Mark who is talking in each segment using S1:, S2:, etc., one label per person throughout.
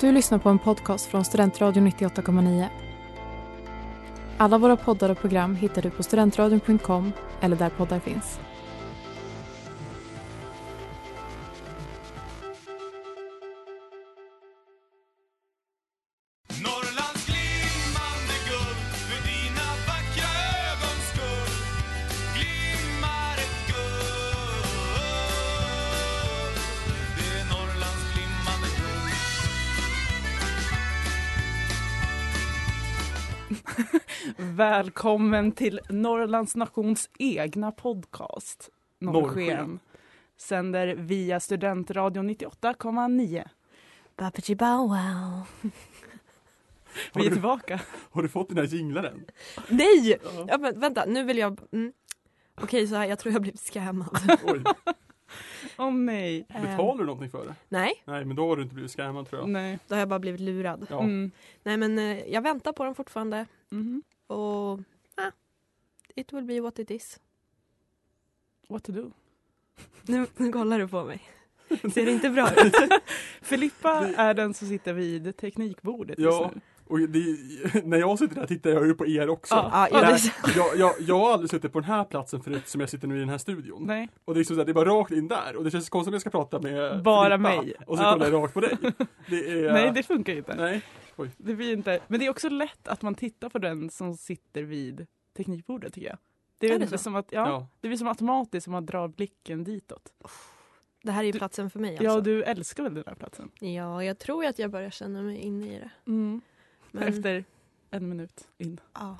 S1: Du lyssnar på en podcast från Studentradion 98,9. Alla våra poddar och program hittar du på studentradion.com eller där poddar finns.
S2: Norrlands glimmande guld för dina vackra ögons skull glimmar ett guld Det är Norrlands glimmande guld
S3: Välkommen till Norrlands nations egna podcast Norrsken.
S4: Norrsken.
S3: Sänder via Studentradion 98,9.
S5: Babaji Bow Wow.
S4: Har
S3: Vi är
S4: du-
S3: tillbaka.
S4: Har du fått den här jinglaren?
S5: Nej! Ja, men vänta, nu vill jag... Mm. Okej, så här, jag tror jag blev scammad.
S4: Oj,
S3: Åh nej.
S4: betalar du någonting för det?
S5: Eh, Nej,
S4: Nej, men då har du inte blivit scammad tror jag.
S3: Nej.
S5: då har jag bara blivit lurad.
S4: Ja.
S3: Mm.
S5: Nej, men eh, jag väntar på den fortfarande
S3: Mhm.
S5: och... Ah, it will be what it is.
S3: What to do?
S5: Nu, nu kollar du på mig. Ser det inte bra ut?
S3: Filippa är den som sitter vid teknikbordet
S4: Ja,
S3: just nu.
S4: och det, när jag sitter där tittar jag ju på er också.
S3: Ja.
S5: Ja,
S4: Det här-
S5: jag, visste-
S4: jag, jag, jag har aldrig suttit på den här platsen förut som jag sitter nu i den här studion.
S3: Nej.
S4: Och det är, liksom så här, det är bara rakt in där och det känns konstigt att jag ska prata med
S3: Bara
S4: Filippa
S3: mig.
S4: Och så
S3: Ja.
S4: kollar jag rakt på dig. Det är,
S3: nej, det funkar ju inte.
S4: nej.
S3: Det blir inte. Men det är också lätt att man tittar på den som sitter vid teknikbordet tycker jag. Det är,
S5: Är det
S3: lite
S5: så?
S3: som att, ja,
S4: Ja.
S3: det blir som automatiskt som man drar blicken ditåt.
S5: det här är ju
S3: Du-
S5: platsen för mig
S3: Ja, och
S5: alltså.
S3: du älskar väl den här platsen?
S5: Ja, jag tror att jag börjar känna mig inne i det. Mm, Men,
S3: Efter en minut in.
S5: ja.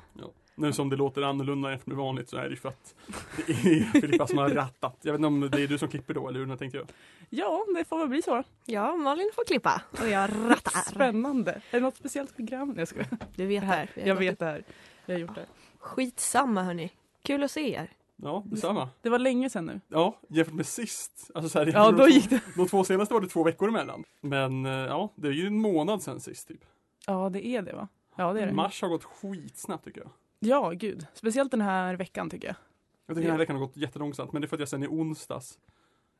S4: Nu som det låter annorlunda jämfört med vanligt så är det ju för att det är Filippa som har rattat. Jag vet inte om det är du som klipper då eller hur den tänkte jag.
S3: Ja, det får väl bli så.
S5: ja, Malin får klippa och jag rattar.
S3: Spännande. Är det något speciellt program? Nej, Jag, skojar.
S5: Du vet det här.
S3: jag vet det här. Jag har gjort det.
S5: Skitsamma hörni. Kul att se er.
S4: Ja, detsamma.
S3: Det var länge sedan nu.
S4: Ja, jämfört med sist. Alltså så här,
S3: Ja, då gick det.
S4: De två senaste var det två veckor emellan. Men eh, ja, det är ju en månad sedan sist typ.
S3: Ja, det är det va? Ja, det är det.
S4: Mars har gått skitsnabbt tycker jag.
S3: Ja, gud. Speciellt den här veckan tycker jag.
S4: Jag tycker den här veckan har gått jättelångsamt, men det är för att jag sen i onsdags,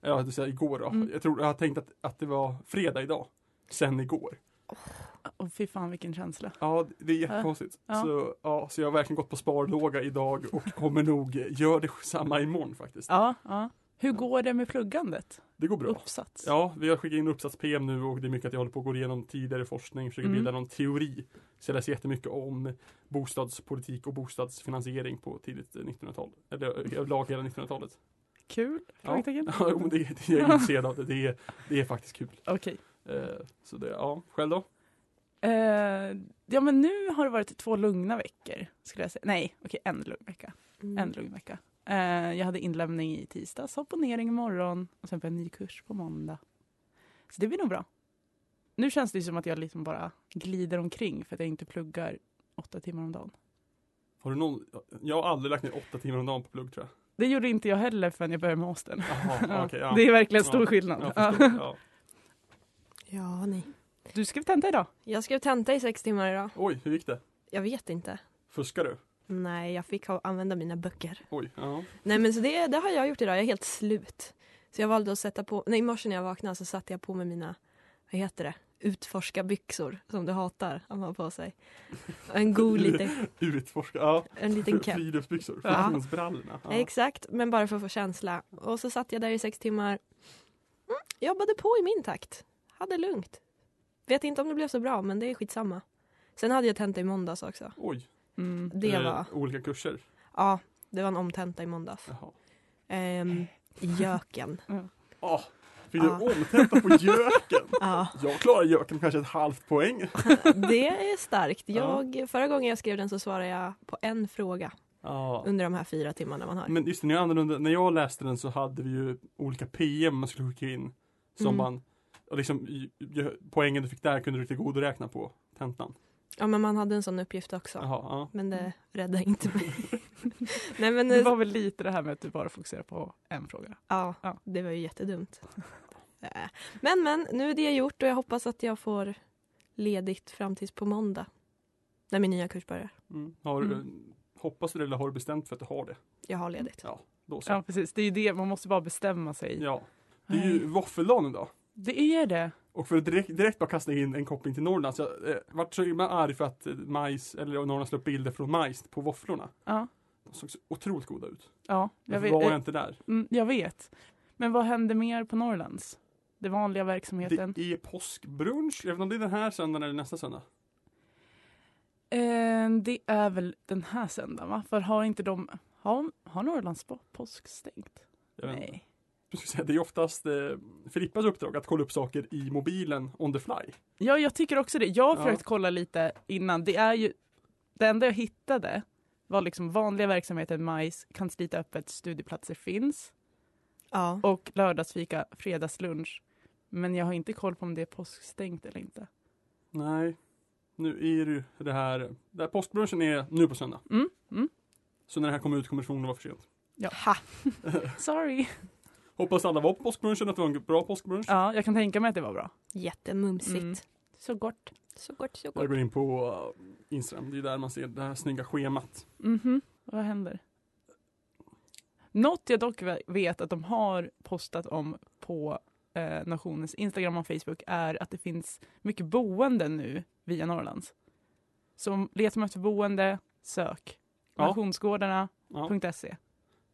S4: ja det säger igår då,
S3: Mm.
S4: jag tror, jag har tänkt att, att det var fredag idag, sen igår.
S3: Och fy fan vilken känsla.
S4: Ja, det är jättekonstigt.
S3: Ja.
S4: Så, ja, så jag har verkligen gått på sparlåga idag och kommer nog eh, göra det samma imorgon faktiskt.
S3: Ja, ja. Hur går det med pluggandet?
S4: Det går bra.
S3: Uppsats?
S4: Ja, vi har skickat in uppsats-PM nu och det är mycket att jag håller på att gå igenom tidigare forskning, försöker
S3: Mm.
S4: bilda någon teori. Så jag läser jättemycket om bostadspolitik och bostadsfinansiering på tidigt eh, 1900-tal. Eller överlag hela 1900-talet.
S3: Kul?
S4: Ja,
S3: Frågetecken?
S4: Ja, jo, men det, det är jag intresserad av. Det, det, är, det är faktiskt kul.
S3: Okej.
S4: Eh, Så det, ja, själv då?
S3: Eh, ja, men nu har det varit två lugna veckor. Skulle jag säga. Nej, okej, en lugn vecka.
S5: Mm.
S3: En lugn vecka. Eh, jag hade inlämning i tisdags, opponering imorgon och sen får jag en ny kurs på måndag. Så det blir nog bra. Nu känns det ju som att jag liksom bara glider omkring för att jag inte pluggar åtta timmar om dagen.
S4: Har du någon, jag har aldrig lagt ner åtta timmar om dagen på plugg tror jag.
S3: Det gjorde inte jag heller förrän jag började med mastern.
S4: Jaha, okej, ja.
S3: Det är verkligen stor
S4: Ja,
S3: skillnad.
S4: Jag förstår, ja.
S5: Ja, nej.
S3: Du skrev tenta idag.
S5: Jag skrev tenta i sex timmar idag.
S4: Oj, hur gick det?
S5: Jag vet inte.
S4: Fuskar du?
S5: Nej, jag fick ha, använda mina böcker.
S4: Oj, ja.
S5: Nej, men så det, det har jag gjort idag. Jag är helt slut. Så jag valde att sätta på... Nej, i morse när jag vaknade så satte jag på mig mina, vad heter det, utforskarbyxor som du hatar att man har på sig. En god liten,
S4: Utforska, ja.
S5: en liten keps.
S4: Friluftsbyxor,
S3: Ja.
S4: funktionsbrallorna. Ja.
S5: Exakt, men bara för att få känsla. Och så satt jag där i sex timmar. Mm, jobbade på i min takt. Hade lugnt. Vet inte om det blev så bra, men det är skitsamma. Sen hade jag tenta i måndags också.
S4: Oj,
S3: Mm.
S5: Det
S4: eh,
S5: var...
S4: olika kurser.
S5: Ja, det var en omtenta i måndags.
S4: Jaha.
S5: Ehm, göken.
S4: Ah, fick
S5: Ja.
S4: du omtenta på göken?
S5: Ja,
S4: Jag klarar göken på kanske ett halvt poäng.
S5: det är starkt. Jag, förra gången jag skrev den så svarade jag på en fråga
S4: Ja.
S5: under de här fyra timmarna man har.
S4: Men just det, när jag, använde, när jag läste den så hade vi ju olika PM man skulle skicka in. Som
S5: Mm.
S4: man, och liksom, i- i- poängen du fick där kunde du tillgodoräkna på tentan.
S5: Ja, men man hade en sån uppgift också.
S4: Jaha, ja.
S5: Men det räddade inte mig. Nej, men
S3: Det var väl lite det här med att du bara fokuserar på en fråga.
S5: Ja,
S3: Ja.
S5: det var ju jättedumt. Äh. Men men, nu är det gjort och jag hoppas att jag får ledigt fram tills på måndag. När min nya kurs börjar.
S4: Mm. Har, du-
S3: Mm.
S4: Hoppas du det eller har du bestämt för att du har det?
S5: Jag har ledigt.
S4: Ja, då så.
S3: Ja, precis. Det är ju det. Man måste bara bestämma sig.
S4: Ja. Det är ju våffeldagen idag.
S3: Det är det.
S4: Och för att direkt, direkt bara kasta in en koppling till Norrland så jag eh, vart så himla arg för att eh, majs, eller Norrland la upp bilder från majs på våfflorna.
S3: Ja,
S4: De såg så otroligt goda ut.
S3: ja jag,
S4: Varför
S3: vet,
S4: var jag
S3: eh,
S4: inte där?
S3: mm, jag vet. Men vad hände mer på Norrlands? Det vanliga verksamheten?
S4: Det är påskbrunch, jag vet inte om det är den här söndagen eller nästa söndag.
S3: Eh, det är väl den här söndagen va? För har inte de, har, har Norrlands på- påsk stängt?
S4: Jag vet inte.
S3: Nej.
S4: Jag skulle säga, det är oftast eh, Filippas uppdrag att kolla upp saker i mobilen on the fly.
S3: Ja, jag tycker också det. Jag har
S4: Ja.
S3: försökt kolla lite innan. Det är ju, det enda jag hittade var liksom vanliga verksamheter, majs, kansliet är öppet, studieplatser finns
S5: Ja.
S3: och lördagsfika, fredagslunch. Men jag har inte koll på om det är påskstängt eller inte.
S4: Nej, nu är det ju det här, det här påskbrunchen är nu på söndag.
S3: Mm, mm.
S4: Så när det här kommer ut kommer det förmodligen vara för sent.
S5: Ha.
S3: Sorry.
S4: Hoppas alla var på påskbrunchen, att det var en bra påskbrunch.
S3: Ja, jag kan tänka mig att det var bra.
S5: Jättemumsigt.
S3: Mm. Så gott.
S5: Så gott, så
S4: Jag
S5: gott.
S4: går in på eh, Instagram, det är där man ser det här snygga schemat.
S3: Mhm. Vad händer? Något jag dock vet att de har postat om på eh, nationens Instagram och Facebook är att det finns mycket boenden nu via Norrlands. Så om- letar man efter boende, sök
S4: Ja.
S3: nationsgårdarna.se.
S4: Ja.
S3: E.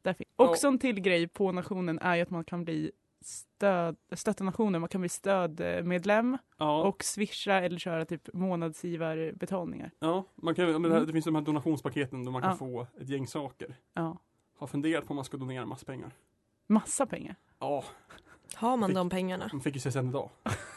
S3: Där fin-
S4: Ja.
S3: Också en till grej på nationen är ju att man kan bli stöd, stötta nationen, man kan bli stödmedlem
S4: Ja,
S3: och swisha eller köra typ månadsgivarbetalningar.
S4: ja man kan, men det, här,
S3: Mm.
S4: det finns de här donationspaketen där man kan
S3: Ja.
S4: få ett gäng saker.
S3: Ja.
S4: Har funderat på om man ska donera massa pengar.
S3: Massa pengar.
S4: Ja,
S5: Har man
S4: Fick-
S5: de pengarna?
S4: man fick ju CSN idag.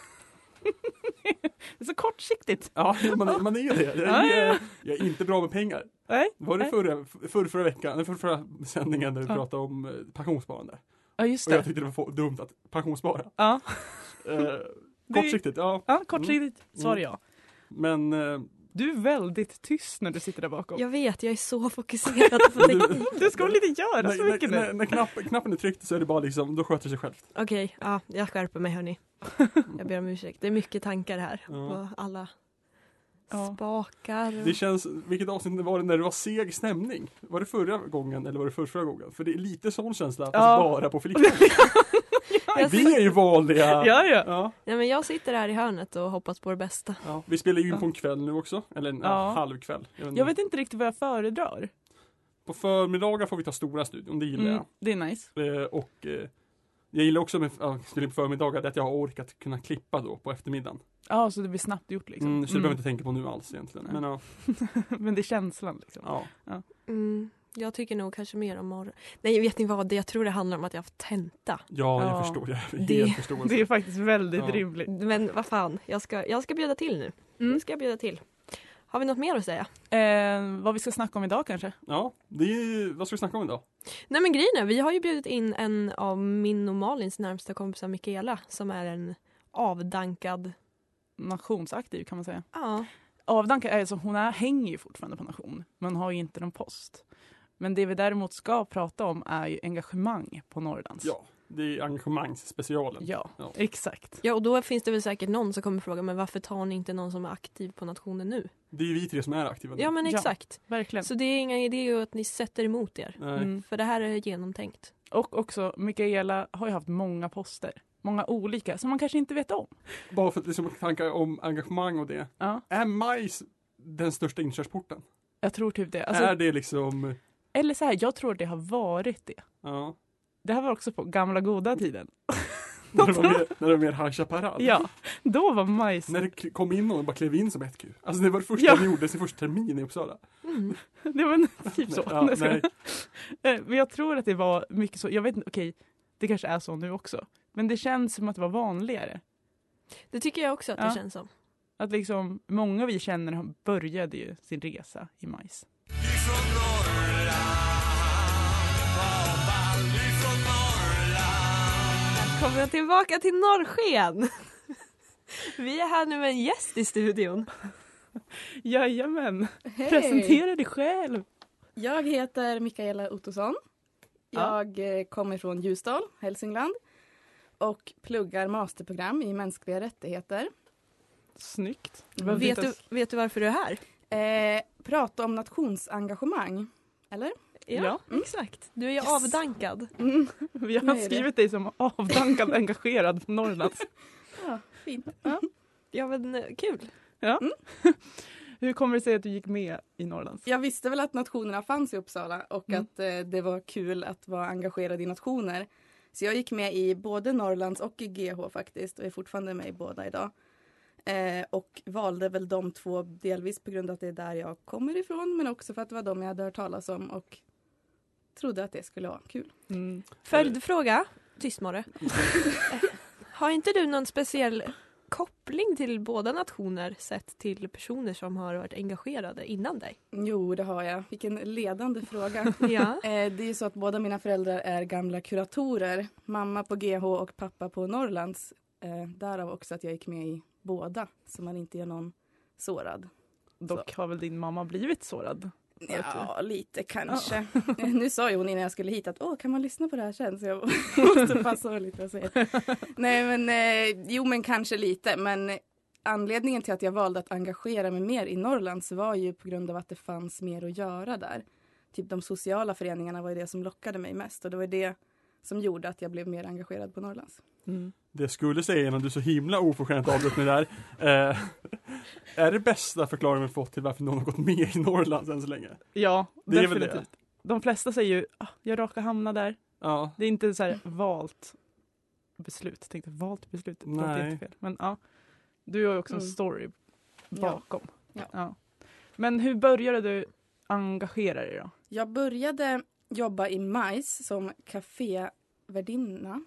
S3: Det är så kortsiktigt.
S4: Ja, man, är- man är ju det. Jag
S3: Ja, ja, ja.
S4: är, jag är inte bra med pengar.
S3: Nej.
S4: Var det
S3: Nej.
S4: förra, förra, förra veckan, förra, förra sändningen när vi
S3: Ja.
S4: pratade om eh, pensionssparande?
S3: Ja, just
S4: Och jag
S3: det.
S4: tyckte det var få- dumt att pensionsspara.
S3: Ja,
S4: Eh, kortsiktigt, ja.
S3: ja kortsiktigt svar
S4: Mm.
S3: ja.
S4: Men eh,
S3: Du är väldigt tyst när du sitter där bakom.
S5: Jag vet, jag är så fokuserad på teknik.
S3: Du ska väl inte göra så
S4: när,
S3: mycket
S4: när, när,
S3: nu?
S4: när knapp, knappen är tryckt så är det bara liksom, då sköter det sig självt.
S5: Okej, ja, jag skärper mig hörni. Jag ber om ursäkt. Det är mycket tankar här.
S4: Ja.
S5: Och alla
S3: Ja.
S5: spakar.
S4: Det känns, vilket avsnitt var det när det var seg stämning? Var det förra gången eller var det förra, gången? För det är lite sån känsla,
S3: Ja.
S4: fast bara på Filippa.
S5: Jag
S4: Vi är ju vanliga!
S3: Ja, ja.
S4: Ja,
S5: Nej, men jag sitter här i hörnet och hoppas på det bästa.
S4: ja. Vi spelar ju in på en kväll nu också, eller en
S3: Ja.
S4: ja. halv kväll. Jag vet inte.
S3: Jag vet inte riktigt vad jag föredrar.
S4: På förmiddagar får vi ta stora studion, det gillar jag.
S3: Mm, det är nice.
S4: Eh, och eh, jag gillar också med ja, studier på förmiddagar det är att jag har orkat kunna klippa då på eftermiddagen.
S3: Ja, så det blir snabbt gjort liksom.
S4: Mm, så det behöver jag
S3: Mm.
S4: inte tänka på nu alls egentligen. Men ja,
S3: Men det är känslan liksom.
S4: ja.
S5: Mm, jag tycker nog kanske mer om morgon. Nej, vet ni vad? Det- Jag tror det handlar om att jag har haft tenta.
S4: ja jag
S3: Ja.
S4: förstår. Jag är
S5: Det-
S4: helt förstående.
S3: Det är faktiskt väldigt
S4: Ja.
S3: rimligt.
S5: Men vad fan, jag ska, jag ska bjuda till nu.
S3: Mm.
S5: Nu ska jag bjuda till. Har vi något mer att säga?
S3: Eh, vad vi ska snacka om idag kanske?
S4: Ja, det är, vad ska vi snacka om idag?
S5: Nej men grejen är, vi har ju bjudit in en av min och Malins närmsta kompisar Mikaela som är en avdankad...
S3: Nationsaktiv kan man säga.
S5: Ja.
S3: Avdanka är ju som hon är, hänger ju fortfarande på nation, men har ju inte någon post. Men det vi däremot ska prata om är ju engagemang på Norrlands.
S4: Ja, det är engagemangsspecialen.
S3: Ja,
S4: Ja.
S3: exakt.
S5: ja, och då finns det väl säkert någon som kommer fråga men varför tar ni inte någon som är aktiv på nationen nu?
S4: Det är ju vi tre som är aktiva nu.
S5: Ja men
S3: Ja.
S5: exakt.
S3: Verkligen.
S5: Så det är inga idéer att ni sätter emot er.
S4: Nej.
S3: Mm.
S5: För det här är genomtänkt.
S3: Och också, Mikaela har ju haft många poster. Många olika, som man kanske inte vet om.
S4: Bara för att liksom tanka om engagemang och det.
S3: Ja,
S4: Är majs den största inkörsporten?
S3: jag tror typ det. Alltså,
S4: Är det liksom,
S3: Eller så här, jag tror det har varit det.
S4: ja,
S3: Det här var också på gamla goda tiden.
S4: när det var mer, när det var mer High Chaparral?
S3: Ja, då var majs...
S4: När det k- kom in någon och bara klev in som ett Q. Alltså det var det första
S3: Ja.
S4: vi gjorde sin första termin i Uppsala.
S5: Mm.
S3: Det var en- typ så.
S4: Ja,
S3: Nej, jag skojar.
S4: nej.
S3: Eh, Men jag tror att det var mycket så. Jag vet inte, okej, det kanske är så nu också. Men det känns som att det var vanligare.
S5: Det tycker jag också att
S3: Ja.
S5: det känns som.
S3: Att liksom, många vi känner har- började ju sin resa i majs.
S2: Ifrån Norrland, pappa, ifrån Norrland
S5: Kommer jag tillbaka till norrsken? Vi är här nu med en gäst i studion.
S3: Jajamän,
S6: Hej!
S3: presentera dig själv!
S6: Jag heter Mikaela Ottosson.
S3: Ja.
S6: Jag eh, kommer från Ljusdal, Hälsingland och pluggar masterprogram i mänskliga rättigheter.
S3: Snyggt.
S6: Behöver
S5: Vet
S3: Vet
S5: du, vet du varför du är här?
S6: Eh, prata om nationsengagemang. Eller?
S5: Ja,
S3: Ja. Mm.
S5: exakt. Du är ju avdankad.
S6: Mm.
S3: Vi har
S6: Nej, det-
S3: skrivit dig som avdankad engagerad på Norrlands.
S6: Ja, fint. Ja.
S5: Ja men eh, kul.
S3: Hur kommer det sig att du gick med i Norrlands?
S6: Jag visste väl att nationerna fanns i Uppsala och
S3: Mm.
S6: att eh, det var kul att vara engagerad i nationer. Så jag gick med i både Norrlands och i GH faktiskt och är fortfarande med i båda idag. Eh, och valde väl de två delvis på grund av att det är där jag kommer ifrån men också för att det var de jag hade hört talas om och trodde att det skulle vara kul.
S3: Mm.
S5: Följdfråga. Tyst Morre. Har inte du någon speciell koppling till båda nationer sett till personer som har varit engagerade innan dig?
S6: Jo, det har jag. Vilken ledande fråga.
S5: Ja.
S6: Eh, Det är ju så att båda mina föräldrar är gamla kuratorer. Mamma på GH och pappa på Norrlands. Eh, Därav också att jag gick med i båda, så man inte gör någon sårad.
S3: Dock har väl din mamma blivit sårad?
S6: Ja, lite kanske. Eh, Nu sa ju hon innan jag skulle hit att åh, kan man lyssna på det här sen? Så jag måste passa mig lite och säga. Nej, men eh, jo, men kanske lite. Men anledningen till att jag valde att engagera mig mer i Norrlands var ju på grund av att det fanns mer att göra där. Typ de sociala föreningarna var ju det som lockade mig mest och det var ju det som gjorde att jag blev mer engagerad på Norrlands.
S4: Det skulle säga innan du så himla oförskämt avbröt mig där. Eh, är det bästa förklaringen vi fått till varför någon har gått med i Norrlands än så länge?
S3: Ja,
S4: Det är väl
S3: definitivt. De flesta säger ju ah, jag råkar hamna där.
S4: Ja.
S3: Det är inte så här valt beslut. Jag tänkte valt beslut, det låter
S4: Nej.
S3: inte fel. Men ja, du har ju också en
S6: Mm.
S3: story
S6: Ja.
S3: bakom.
S6: Ja.
S3: Men hur började du engagera dig då?
S6: Jag började jobba i Majs som kafévärdinna,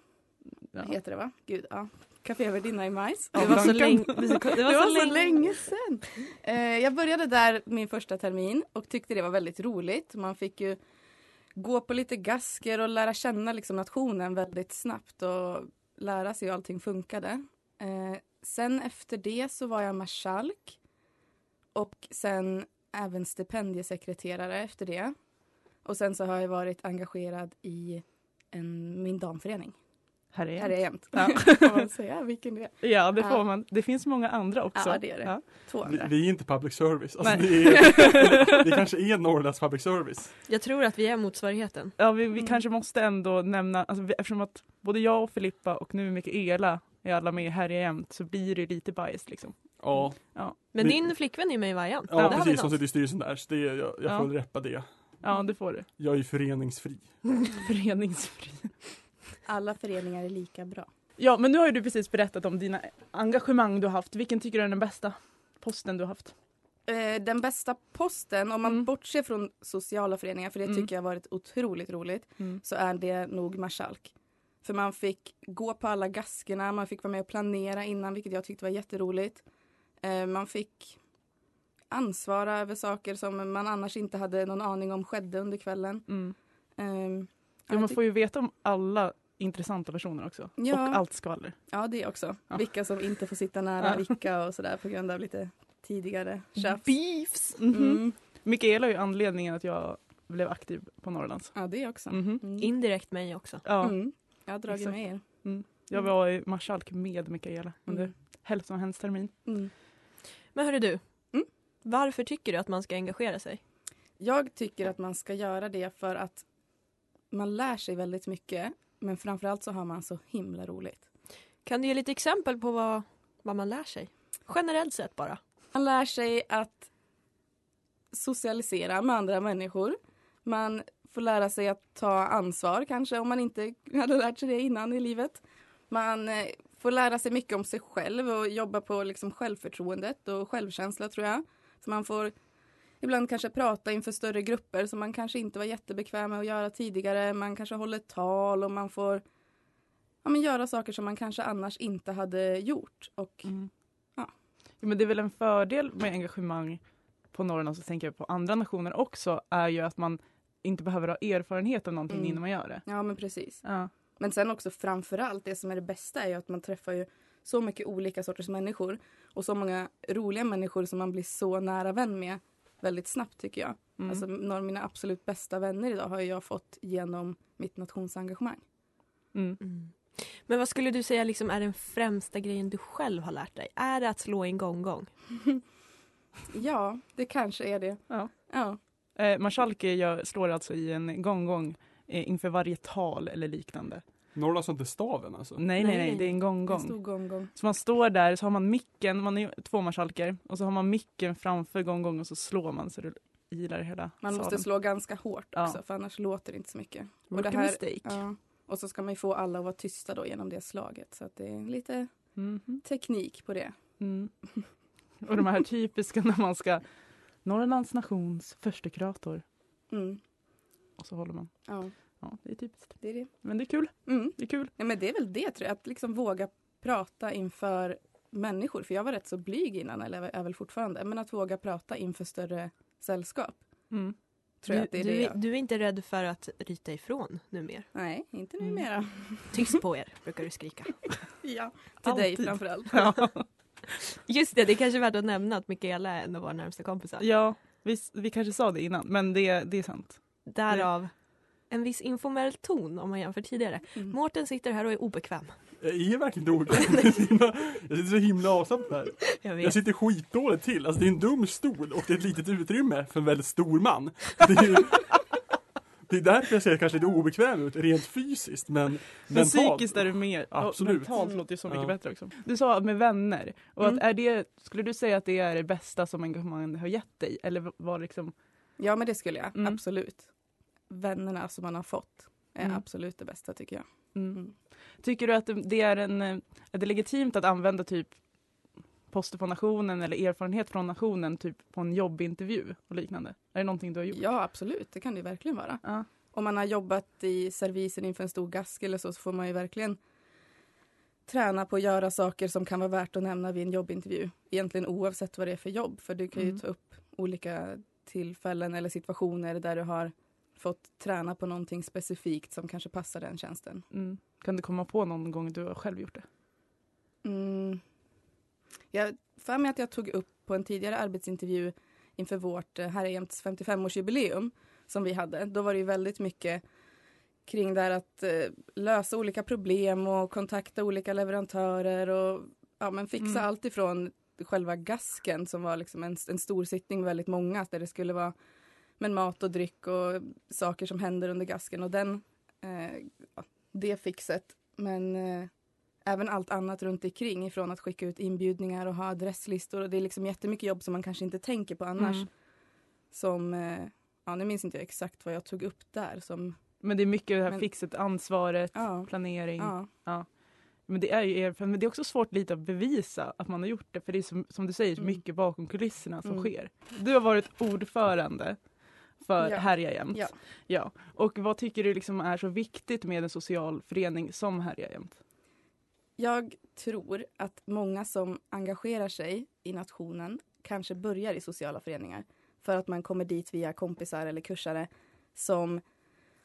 S3: Ja.
S6: heter det va? Gud, ja. Kafévärdinna i Majs.
S5: Det var så länge, det var
S6: Det var så länge sedan. Eh, jag började där min första termin och tyckte det var väldigt roligt. Man fick ju gå på lite gasker och lära känna liksom nationen väldigt snabbt och lära sig hur allting funkade. Eh, sen efter det så var jag marskalk och sen även stipendiesekreterare efter det. Och sen så har jag varit engagerad i en, min damförening.
S3: Här är jag.
S6: Här är jag jämt.
S3: Ja.
S6: Får man säga vilken det är?
S3: Ja, det får
S6: Ja.
S3: man. Det finns många andra också.
S6: Ja, det är det. Två
S4: Vi,
S6: andra.
S4: vi är inte public service. Alltså,
S3: Nej.
S4: det, är, det kanske är Norrlands public service.
S5: Jag tror att vi är motsvarigheten.
S3: Ja, vi, vi
S6: Mm.
S3: kanske måste ändå nämna, alltså, vi, eftersom att både jag och Filippa och nu Mikaela är alla med här i jämt så blir det lite bias liksom.
S4: Ja,
S5: Men
S4: Vi-
S5: din flickvän är med i Vajan.
S4: ja,
S5: Det har vi
S4: precis. Som
S5: nått.
S4: sitter i styrelsen där. Så det, jag jag
S3: Ja.
S4: får reppa det.
S6: Mm.
S3: Ja, det får du.
S4: Jag är ju föreningsfri.
S3: Föreningsfri.
S6: Alla föreningar är lika bra.
S3: Ja, men nu har ju du precis berättat om dina engagemang du har haft. Vilken tycker du är den bästa posten du har haft?
S6: eh, den bästa posten, om man
S3: Mm.
S6: bortser från sociala föreningar, för det
S3: Mm.
S6: tycker jag har varit otroligt roligt,
S3: Mm.
S6: så är det nog marskalk. För man fick gå på alla gaskerna, man fick vara med och planera innan, vilket jag tyckte var jätteroligt. Eh, man fick ansvara över saker som man annars inte hade någon aning om skedde under kvällen.
S3: Mm.
S6: Ehm,
S3: Ja, man
S6: jag tyck-
S3: får ju veta om alla intressanta personer också.
S6: Ja.
S3: Och allt skvaller.
S6: ja, det också.
S3: Ja.
S6: Vilka som inte får sitta nära
S3: Ja.
S6: vilka och sådär på grund av lite tidigare tjafs.
S3: Beefs! Mhm.
S6: Mm.
S3: Mikaela är ju anledningen att jag blev aktiv på Norrlands.
S6: Ja, det också.
S3: Mhm.
S6: Mm.
S5: Indirekt mig också.
S3: Ja,
S6: Mm. Jag har dragit
S3: Exakt.
S6: med er.
S3: Jag var i marskalk med Mikaela under
S6: Mm.
S3: hälften av hennes termin.
S6: Mm.
S5: Men hörru du.
S6: Mm.
S5: Varför tycker du att man ska engagera sig?
S6: Jag tycker att man ska göra det för att man lär sig väldigt mycket men framförallt så har man så himla roligt.
S5: Kan du ge lite exempel på vad, vad man lär sig? Generellt sett bara.
S6: Man lär sig att socialisera med andra människor. Man får lära sig att ta ansvar kanske om man inte hade lärt sig det innan i livet. Man eh, får lära sig mycket om sig själv och jobba på liksom självförtroendet och självkänsla tror jag. Så man får ibland kanske prata inför större grupper som man kanske inte var jättebekväm med att göra tidigare. Man kanske håller tal och man får ja, men göra saker som man kanske annars inte hade gjort. Och Mm. Ja.
S3: Ja, men det är väl en fördel med engagemang på Norrland, så tänker jag på andra nationer också, är ju att man inte behöver ha erfarenhet av någonting
S6: Mm.
S3: innan man gör det.
S6: ja men precis.
S3: Ja.
S6: Men sen också framförallt det som är det bästa är ju att man träffar ju så mycket olika sorters människor och så många roliga människor som man blir så nära vän med väldigt snabbt tycker jag.
S3: Mm.
S6: Alltså några av mina absolut bästa vänner idag har ju jag fått genom mitt nationsengagemang.
S3: mm.
S5: Men vad skulle du säga liksom är den främsta grejen du själv har lärt dig? Är det att slå en gonggong?
S6: Ja, det kanske är det.
S3: Ja.
S6: Ja.
S3: Eh, Marskalk eh, gör- slår alltså i en gonggong eh, inför varje tal eller liknande.
S4: Norrlands har inte staven alltså.
S3: Nej, nej, nej, det är en
S6: En
S3: gonggong.
S6: stor gongong.
S3: Så man står där, så har man micken, man är två marskalkar, och så har man micken framför gonggong och så slår man så det ilar i hela
S6: Man måste
S3: salen.
S6: slå ganska hårt
S3: Ja.
S6: också för annars låter det inte så mycket.
S3: Rookie
S6: det här-
S3: mistake.
S6: Ja. Och så ska man ju få alla att vara tysta då genom det slaget. Så att det är lite
S3: Mhm.
S6: teknik på det.
S3: Mm. Och de här typiska när man ska Norrlands nations första kurator
S6: Mm.
S3: och så håller man.
S6: Ja,
S3: Ja, det är typiskt.
S6: det är det.
S3: Men det är kul.
S6: Mm.
S3: Det är kul.
S6: Ja, men det är väl det tror jag, att liksom våga prata inför människor. För jag var rätt så blyg innan, eller är väl fortfarande. Men att våga prata inför större sällskap.
S3: Mm.
S6: Tror jag att det är
S5: du,
S6: det
S5: du,
S6: jag...
S5: du är inte rädd för att ryta ifrån numera?
S6: Nej, inte
S3: Mm.
S6: numera.
S5: Tyst på er, brukar du skrika.
S6: Ja, till
S3: Alltid.
S6: dig framförallt.
S5: Just det, det är kanske är värt att nämna att Mikaela är en av våra närmsta kompisar.
S3: Ja, vi, vi kanske sa det innan, men det, det är sant.
S5: Därav en viss informell ton om man jämför tidigare.
S6: Mm.
S5: Mårten sitter här och är obekväm.
S4: Jag är verkligen inte obekväm. Jag sitter så himla avslappnat här.
S5: Jag
S4: Jag
S5: vet.
S4: sitter skitdåligt till. Alltså det är en dum stol och det är ett litet utrymme för en väldigt stor man. Det är, ju, det är därför jag ser kanske lite obekväm ut rent fysiskt men
S3: Men
S4: mentalt.
S3: psykiskt är du mer... och
S4: Absolut.
S3: Mentalt låter ju så mycket
S4: Ja.
S3: bättre också. Du sa med vänner. Och
S6: Mm.
S3: att är det, skulle du säga att det är det bästa som engagemang har gett dig? Eller var liksom...
S6: Ja, men det skulle jag.
S3: Mm.
S6: Absolut. Vännerna som man har fått är
S3: Mm.
S6: absolut det bästa tycker jag.
S3: Mm.
S6: Mm.
S3: Tycker du att det- det är, en, eh, är det legitimt att använda typ poster på nationen eller erfarenhet från nationen typ på en jobbintervju och liknande? Är det någonting du har gjort?
S6: Ja, absolut. Det kan det ju verkligen vara.
S3: Ja.
S6: Om man har jobbat i servisen inför en stor gask eller så, så får man ju verkligen träna på att göra saker som kan vara värt att nämna vid en jobbintervju. Egentligen oavsett vad det är för jobb, för du kan ju
S3: Mm.
S6: ta upp olika tillfällen eller situationer där du har fått träna på någonting specifikt som kanske passar den tjänsten.
S3: Mm. Kan du komma på någon gång du har själv gjort det?
S6: Mm. Jag för mig att jag tog upp på en tidigare arbetsintervju inför vårt eh, Herrejämts 55-årsjubileum som vi hade. Då var det ju väldigt mycket kring där att eh, lösa olika problem och kontakta olika leverantörer och ja, men fixa
S3: Mm.
S6: allt ifrån själva gasken som var liksom en, en stor sittning med väldigt många där det skulle vara men mat och dryck och saker som händer under gasken och den, eh, ja, det fixet. Men eh, även allt annat runt omkring ifrån att skicka ut inbjudningar och ha adresslistor och det är liksom jättemycket jobb som man kanske inte tänker på annars.
S3: Mm.
S6: Som, eh, ja nu minns inte jag exakt vad jag tog upp där som,
S3: Men det är mycket det här
S6: Men-
S3: fixet, ansvaret,
S6: ja,
S3: planering.
S6: ja,
S3: Men det är ju erfarenhet, men det är också svårt lite att bevisa att man har gjort det för det är som, som du säger så
S6: Mm.
S3: mycket bakom kulisserna som
S6: Mm.
S3: sker. Du har varit ordförande för
S6: Ja.
S3: Härja Jämt.
S6: Ja.
S3: Ja. Och vad tycker du liksom är så viktigt med en social förening som Härja Jämt?
S6: Jag tror att många som engagerar sig i nationen kanske börjar i sociala föreningar för att man kommer dit via kompisar eller kursare som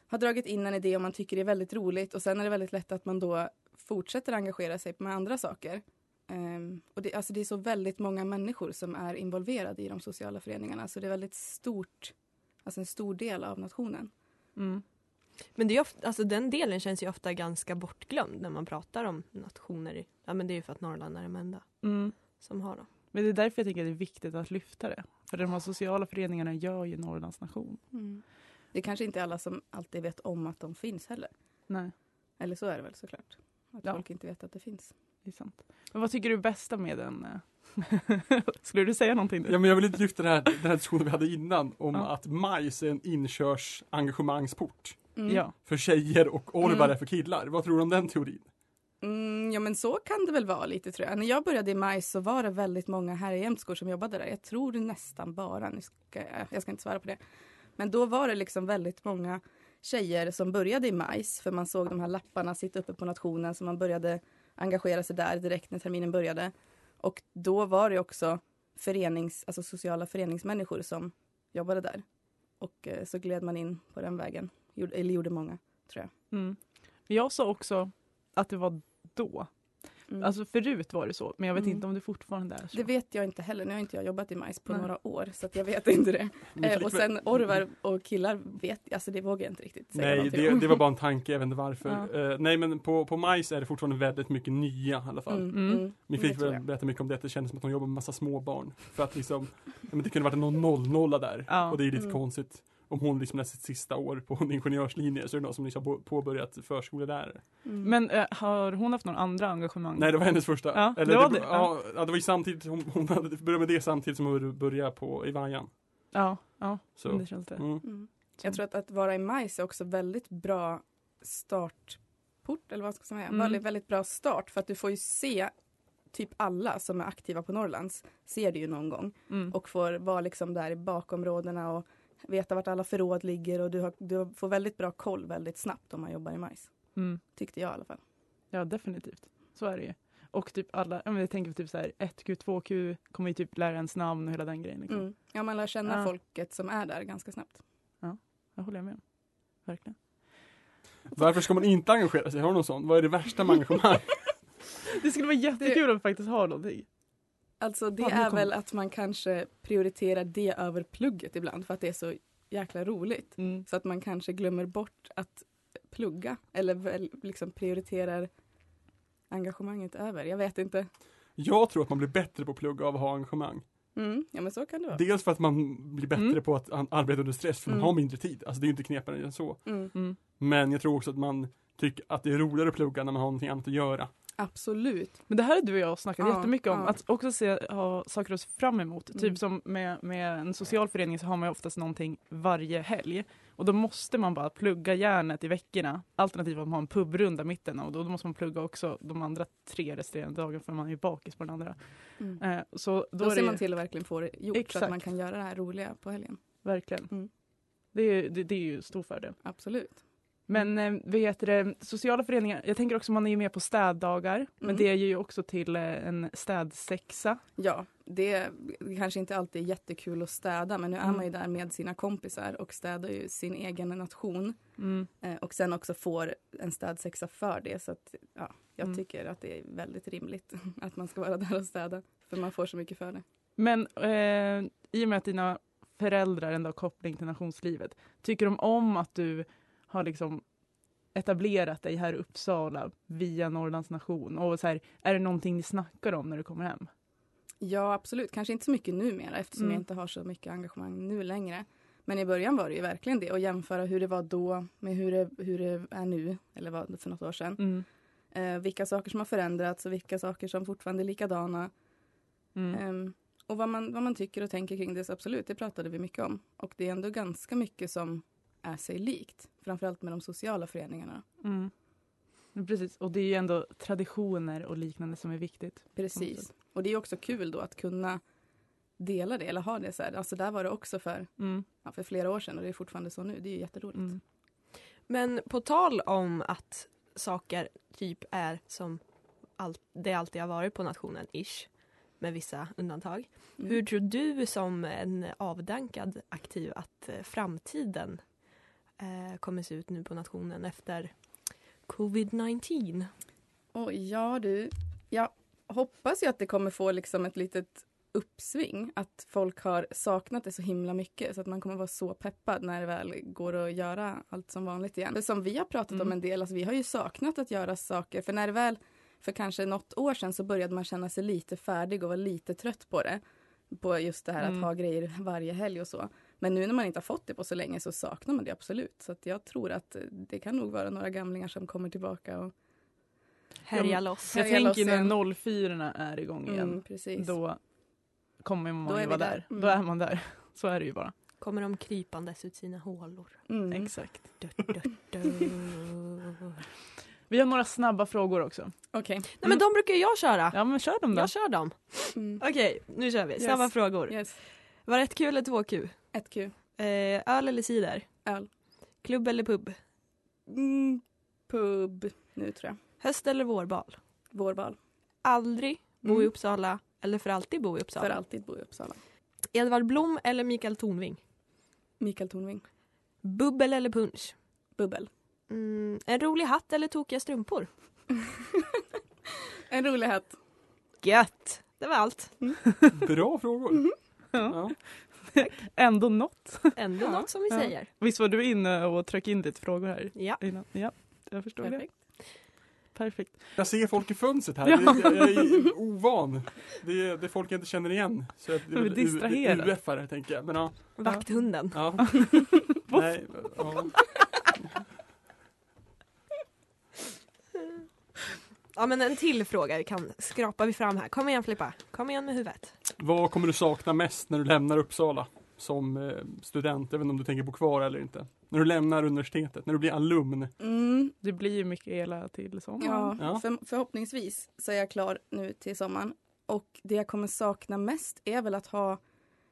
S6: har dragit in en idé och man tycker det är väldigt roligt och sen är det väldigt lätt att man då fortsätter engagera sig med andra saker. Ehm, och det, alltså det är så väldigt många människor som är involverade i de sociala föreningarna så det är väldigt stort, alltså en stor del av nationen.
S3: Mm.
S5: Men det är ju ofta, alltså den delen känns ju ofta ganska bortglömd när man pratar om nationer. i- Ja men det är ju för att Norrland är de enda
S3: Mm.
S5: som har dem.
S3: Men det är därför jag tycker att det är viktigt att lyfta det. För de här sociala föreningarna gör ju Norrlands nation.
S6: Det är kanske inte alla som alltid vet om att de finns heller.
S3: Nej,
S6: Eller så är det väl såklart. Att
S3: Ja.
S6: folk inte vet att det finns.
S3: det är sant. Men vad tycker du är bästa med den? eh? Skulle du säga någonting? nu?
S4: Ja, men jag vill inte lyfta den här, den här diskussionen vi hade innan om
S3: Ja.
S4: att majs är en inkörsengagemangsport
S3: ja.
S4: för tjejer och Orvar
S6: Mm.
S4: är för killar. Vad tror du om den teorin?
S6: Mm, ja men så kan det väl vara lite tror jag. När jag började i maj så var det väldigt många här i Jämtskor som jobbade där. Jag tror det nästan bara, nu ska jag, jag ska inte svara på det. Men då var det liksom väldigt många tjejer som började i majs för man såg de här lapparna sitta uppe på nationen så man började engagera sig där direkt när terminen började. Och då var det också förenings, alltså sociala föreningsmänniskor som jobbade där. Och eh, så gled man in på den vägen, gjorde, eller gjorde många.
S3: Mm. Jag sa också att det var då.
S6: Mm.
S3: Alltså förut var det så, men jag vet
S6: Mm.
S3: inte om det fortfarande är så.
S6: Det vet jag inte heller. Nu har inte jag jobbat i majs på
S3: Nej.
S6: några år så att jag vet inte det. Eh, och sen orvar och killar vet alltså det vågar jag inte riktigt säga
S4: Nej,
S6: någonting
S4: det,
S6: om.
S4: det var bara en tanke, jag vet inte varför. Eh, nej, men på, på majs är det fortfarande väldigt mycket nya i alla fall.
S6: Mm,
S3: Mm.
S6: mm.
S4: Min
S6: Det
S4: flickvän
S6: tror jag.
S4: berättade mycket om det, att det kändes som att hon jobbade med massa småbarn. För att liksom, ja, men det kunde varit någon noll nolla där.
S3: Ja.
S4: Och det är ju lite
S6: Mm.
S4: konstigt. om hon liksom läser sitt sista år på en ingenjörslinje så är det någon som liksom har på- påbörjat förskolelärare.
S6: Mm.
S3: Men eh, har hon haft några andra engagemang?
S4: Nej, det var hennes första.
S3: Ja, det var det.
S4: Ja, ja, det var ju samtidigt, hon, hon hade börjat med det samtidigt som hon började på i Vajan.
S3: Ja, ja
S4: Så.
S3: det känns det.
S4: Mm.
S6: Mm. Jag tror att att vara i majs är också väldigt bra startport, eller vad ska man säga?
S3: Mm.
S6: Väldigt, väldigt bra start för att du får ju se typ alla som är aktiva på Norrlands ser du ju någon gång
S3: Mm.
S6: och får vara liksom där i bakområdena och veta vart alla förråd ligger och du, har, du får väldigt bra koll väldigt snabbt om man jobbar i majs.
S3: Mm.
S6: Tyckte jag i alla fall.
S3: Ja, definitivt. Så är det ju. Och typ alla, ja, men jag tänker typ så här 1Q, 2Q kommer ju typ lära ens namn och hela den grejen. Liksom.
S6: Mm. Ja, man lär känna
S3: Ja.
S6: folket som är där ganska snabbt.
S3: Det håller jag med om. Verkligen.
S4: Varför ska man inte engagera sig? Har du någon sån? Vad är det värsta med engagemang?
S3: Det skulle vara jättekul om vi faktiskt har någonting.
S6: Alltså det
S3: Ja, nu
S6: är
S3: kommer-
S6: väl att man kanske prioriterar det över plugget ibland för att det är så jäkla roligt. Så att man kanske glömmer bort att plugga eller väl, liksom prioriterar engagemanget över. Jag vet inte.
S4: Jag tror att man blir bättre på att plugga av att ha engagemang.
S6: Mm, ja men så kan det vara.
S4: Dels för att man blir bättre
S3: Mm.
S4: på att an- arbeta under stress för man
S6: Mm.
S4: har mindre tid. Alltså det är ju inte knepigare än så.
S6: Mm,
S3: Mm.
S4: Men jag tror också att man tycker att det är roligare att plugga när man har någonting annat att göra.
S6: absolut.
S3: Men det här har du och jag snackat
S6: Ja,
S3: jättemycket om.
S6: ja.
S3: Att också se, ha saker att se fram emot.
S6: Mm.
S3: Typ som med, med en social förening så har man ju oftast någonting varje helg. Och då måste man bara plugga järnet i veckorna. Alternativt att man har en pubrunda mitten av. Och då måste man plugga också de andra tre resterande dagarna för man är ju bakis på den andra.
S6: Mm.
S3: Eh, så då,
S6: Då,
S3: är det
S6: ser
S3: ju-
S6: man till att verkligen få det gjort så
S3: Exakt.
S6: att man kan göra det här roliga på helgen.
S3: Verkligen.
S6: Mm.
S3: Det, är, ju- det, det är ju stor fördel.
S6: Absolut.
S3: Men
S6: Mm.
S3: eh, vad heter det, sociala föreningar, jag tänker också man är ju med på städdagar. Men
S6: Mm.
S3: det är ju också till eh, en städsexa.
S6: Ja, det är kanske inte alltid är jättekul att städa men nu är
S3: Mm.
S6: man ju där med sina kompisar och städar ju sin egen nation
S3: Mm.
S6: eh, och sen också får en städsexa för det så att ja, jag
S3: Mm.
S6: tycker att det är väldigt rimligt att man ska vara där och städa för man får så mycket för det.
S3: Men eh, i och med att dina föräldrar ändå har koppling till nationslivet, tycker de om att du har liksom etablerat dig här i Uppsala via Norrlands nation? Och så här, är det någonting ni snackar om när du kommer hem?
S6: Ja, absolut. Kanske inte så mycket numera eftersom
S3: Mm.
S6: jag inte har så mycket engagemang nu längre. Men i början var det ju verkligen det. Och jämföra hur det var då med hur det, hur det är nu, eller vad för något år sedan.
S3: Mm.
S6: Eh, vilka saker som har förändrats och vilka saker som fortfarande är likadana.
S3: Mm.
S6: Ehm, och vad man, vad man tycker och tänker kring det, så absolut, det pratade vi mycket om. Och det är ändå ganska mycket som är sig likt. Framförallt med de sociala föreningarna.
S3: Mm. Men Precis, och det är ju ändå traditioner och liknande som är viktigt.
S6: Precis. Och det är också kul då att kunna dela det eller ha det så här. Alltså där var det också för,
S3: Mm.
S6: ja, för flera år sedan och det är fortfarande så nu. Det är ju jätteroligt.
S3: Mm.
S5: Men på tal om att saker typ är som all, det alltid har varit på nationen, ish, med vissa undantag.
S6: Mm.
S5: Hur tror du som en avdankad aktiv att eh, framtiden eh, kommer se ut nu på nationen efter covid-19?
S6: Oj, ja du. Jag hoppas ju att det kommer få liksom ett litet uppsving. Att folk har saknat det så himla mycket så att man kommer vara så peppad när det väl går att göra allt som vanligt igen. För som vi har pratat
S3: Mm.
S6: om en del, alltså vi har ju saknat att göra saker. För när det väl, för kanske något år sedan så började man känna sig lite färdig och var lite trött på det. På just det här
S3: Mm.
S6: att ha grejer varje helg och så. Men nu när man inte har fått det på så länge så saknar man det absolut. Så att jag tror att det kan nog vara några gamlingar som kommer tillbaka och
S5: Härja
S3: Ja,
S5: loss.
S3: Jag
S6: Härja
S3: tänker
S6: loss igen.
S3: när 04 är igång igen,
S6: Mm, precis.
S3: då kommer man
S6: Då är
S3: ju
S6: vi
S3: vara där.
S6: där. Mm.
S3: Då är man där. Så är det ju bara.
S5: Kommer de krypandes ut sina hålor?
S6: Mm.
S3: Exakt.
S5: Dö, dö, dö.
S3: Vi har några snabba frågor också.
S6: Okej.
S5: Nej men de brukar ju jag köra.
S3: Ja men kör dem då.
S5: Jag kör dem.
S6: Mm.
S5: Okej, nu kör vi. Snabba
S6: Yes.
S5: frågor.
S6: Yes.
S5: Var rätt kul eller 2Q?
S6: Ett Q.
S5: Eh, öl eller cider?
S6: Öl.
S5: Klubb eller pub?
S6: Mm. Pub. Nu tror jag.
S5: Höst eller vårbal?
S6: Vårbal.
S5: Aldrig bo i
S6: Mm.
S5: Uppsala eller för alltid bo i Uppsala?
S6: För alltid bo i Uppsala.
S5: Edvard Blom eller Mikael Tornving?
S6: Mikael Tornving.
S5: Bubbel eller punch?
S6: Bubbel.
S5: Mm, en rolig hatt eller tokiga strumpor?
S6: En rolig hatt.
S5: Gött! Det var allt.
S4: Bra frågor! Ja.
S3: Ändå något.
S5: Ändå
S6: Ja,
S5: något som vi
S3: ja.
S5: säger.
S3: Visst var du inne och tryckte in lite frågor här
S5: Ja.
S3: innan? Ja, jag förstår
S6: Perfekt.
S3: det. Perfekt.
S4: Jag ser folk i fönstret här,
S3: Ja.
S4: det, jag, jag är ovan. Det är, det är folk jag inte känner igen. Så jag, det
S3: Du är
S4: väl U-
S3: distraherad.
S4: UF-are tänker jag. Men ja,
S5: Vakthunden.
S4: ja. Nej, ja.
S5: Ja men en till fråga kan skrapar vi fram här. Kom igen Filippa, kom igen med huvudet.
S4: Vad kommer du sakna mest när du lämnar Uppsala som eh, student, även om du tänker bo kvar eller inte? När du lämnar universitetet, när du blir alumn.
S6: Mm,
S3: Det blir ju Mikaela till
S6: ja,
S3: sommaren.
S4: Ja.
S6: För, förhoppningsvis så är jag klar nu till sommaren. Och det jag kommer sakna mest är väl att ha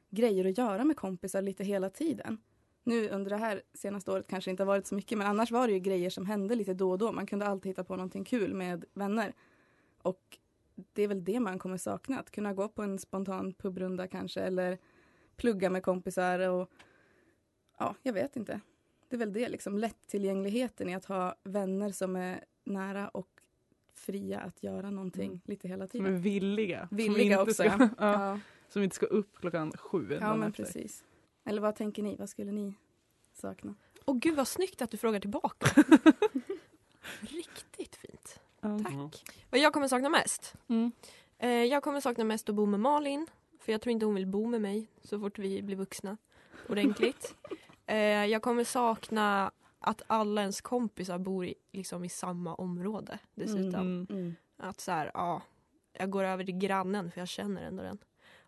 S6: grejer att göra med kompisar lite hela tiden. Nu under det här senaste året kanske inte har varit så mycket men annars var det ju grejer som hände lite då och då. Man kunde alltid hitta på någonting kul med vänner. Och det är väl det man kommer sakna, att kunna gå på en spontan pubrunda kanske eller plugga med kompisar och ja, jag vet inte. Det är väl det liksom, lättillgängligheten i att ha vänner som är nära och fria att göra någonting
S3: Mm.
S6: lite hela
S3: Som är
S6: tiden.
S3: villiga. som
S6: Villiga
S3: inte
S6: också
S3: ska,
S6: ja.
S3: ja,
S6: ja.
S3: Som inte ska upp klockan sju.
S6: Ja
S3: dagen
S6: men
S3: efter.
S6: precis. Eller vad tänker ni? Vad skulle ni sakna?
S5: Och gud vad snyggt att du frågar tillbaka. Riktigt fint.
S3: Ja.
S4: Tack.
S5: Vad jag kommer sakna mest?
S3: Mm.
S5: Eh, jag kommer sakna mest att bo med Malin. För jag tror inte hon vill bo med mig så fort vi blir vuxna. Ordentligt. eh, jag kommer sakna att alla ens kompisar bor i, liksom, i samma område dessutom.
S3: Mm.
S5: Att så här, ja, jag går över till grannen för jag känner ändå den.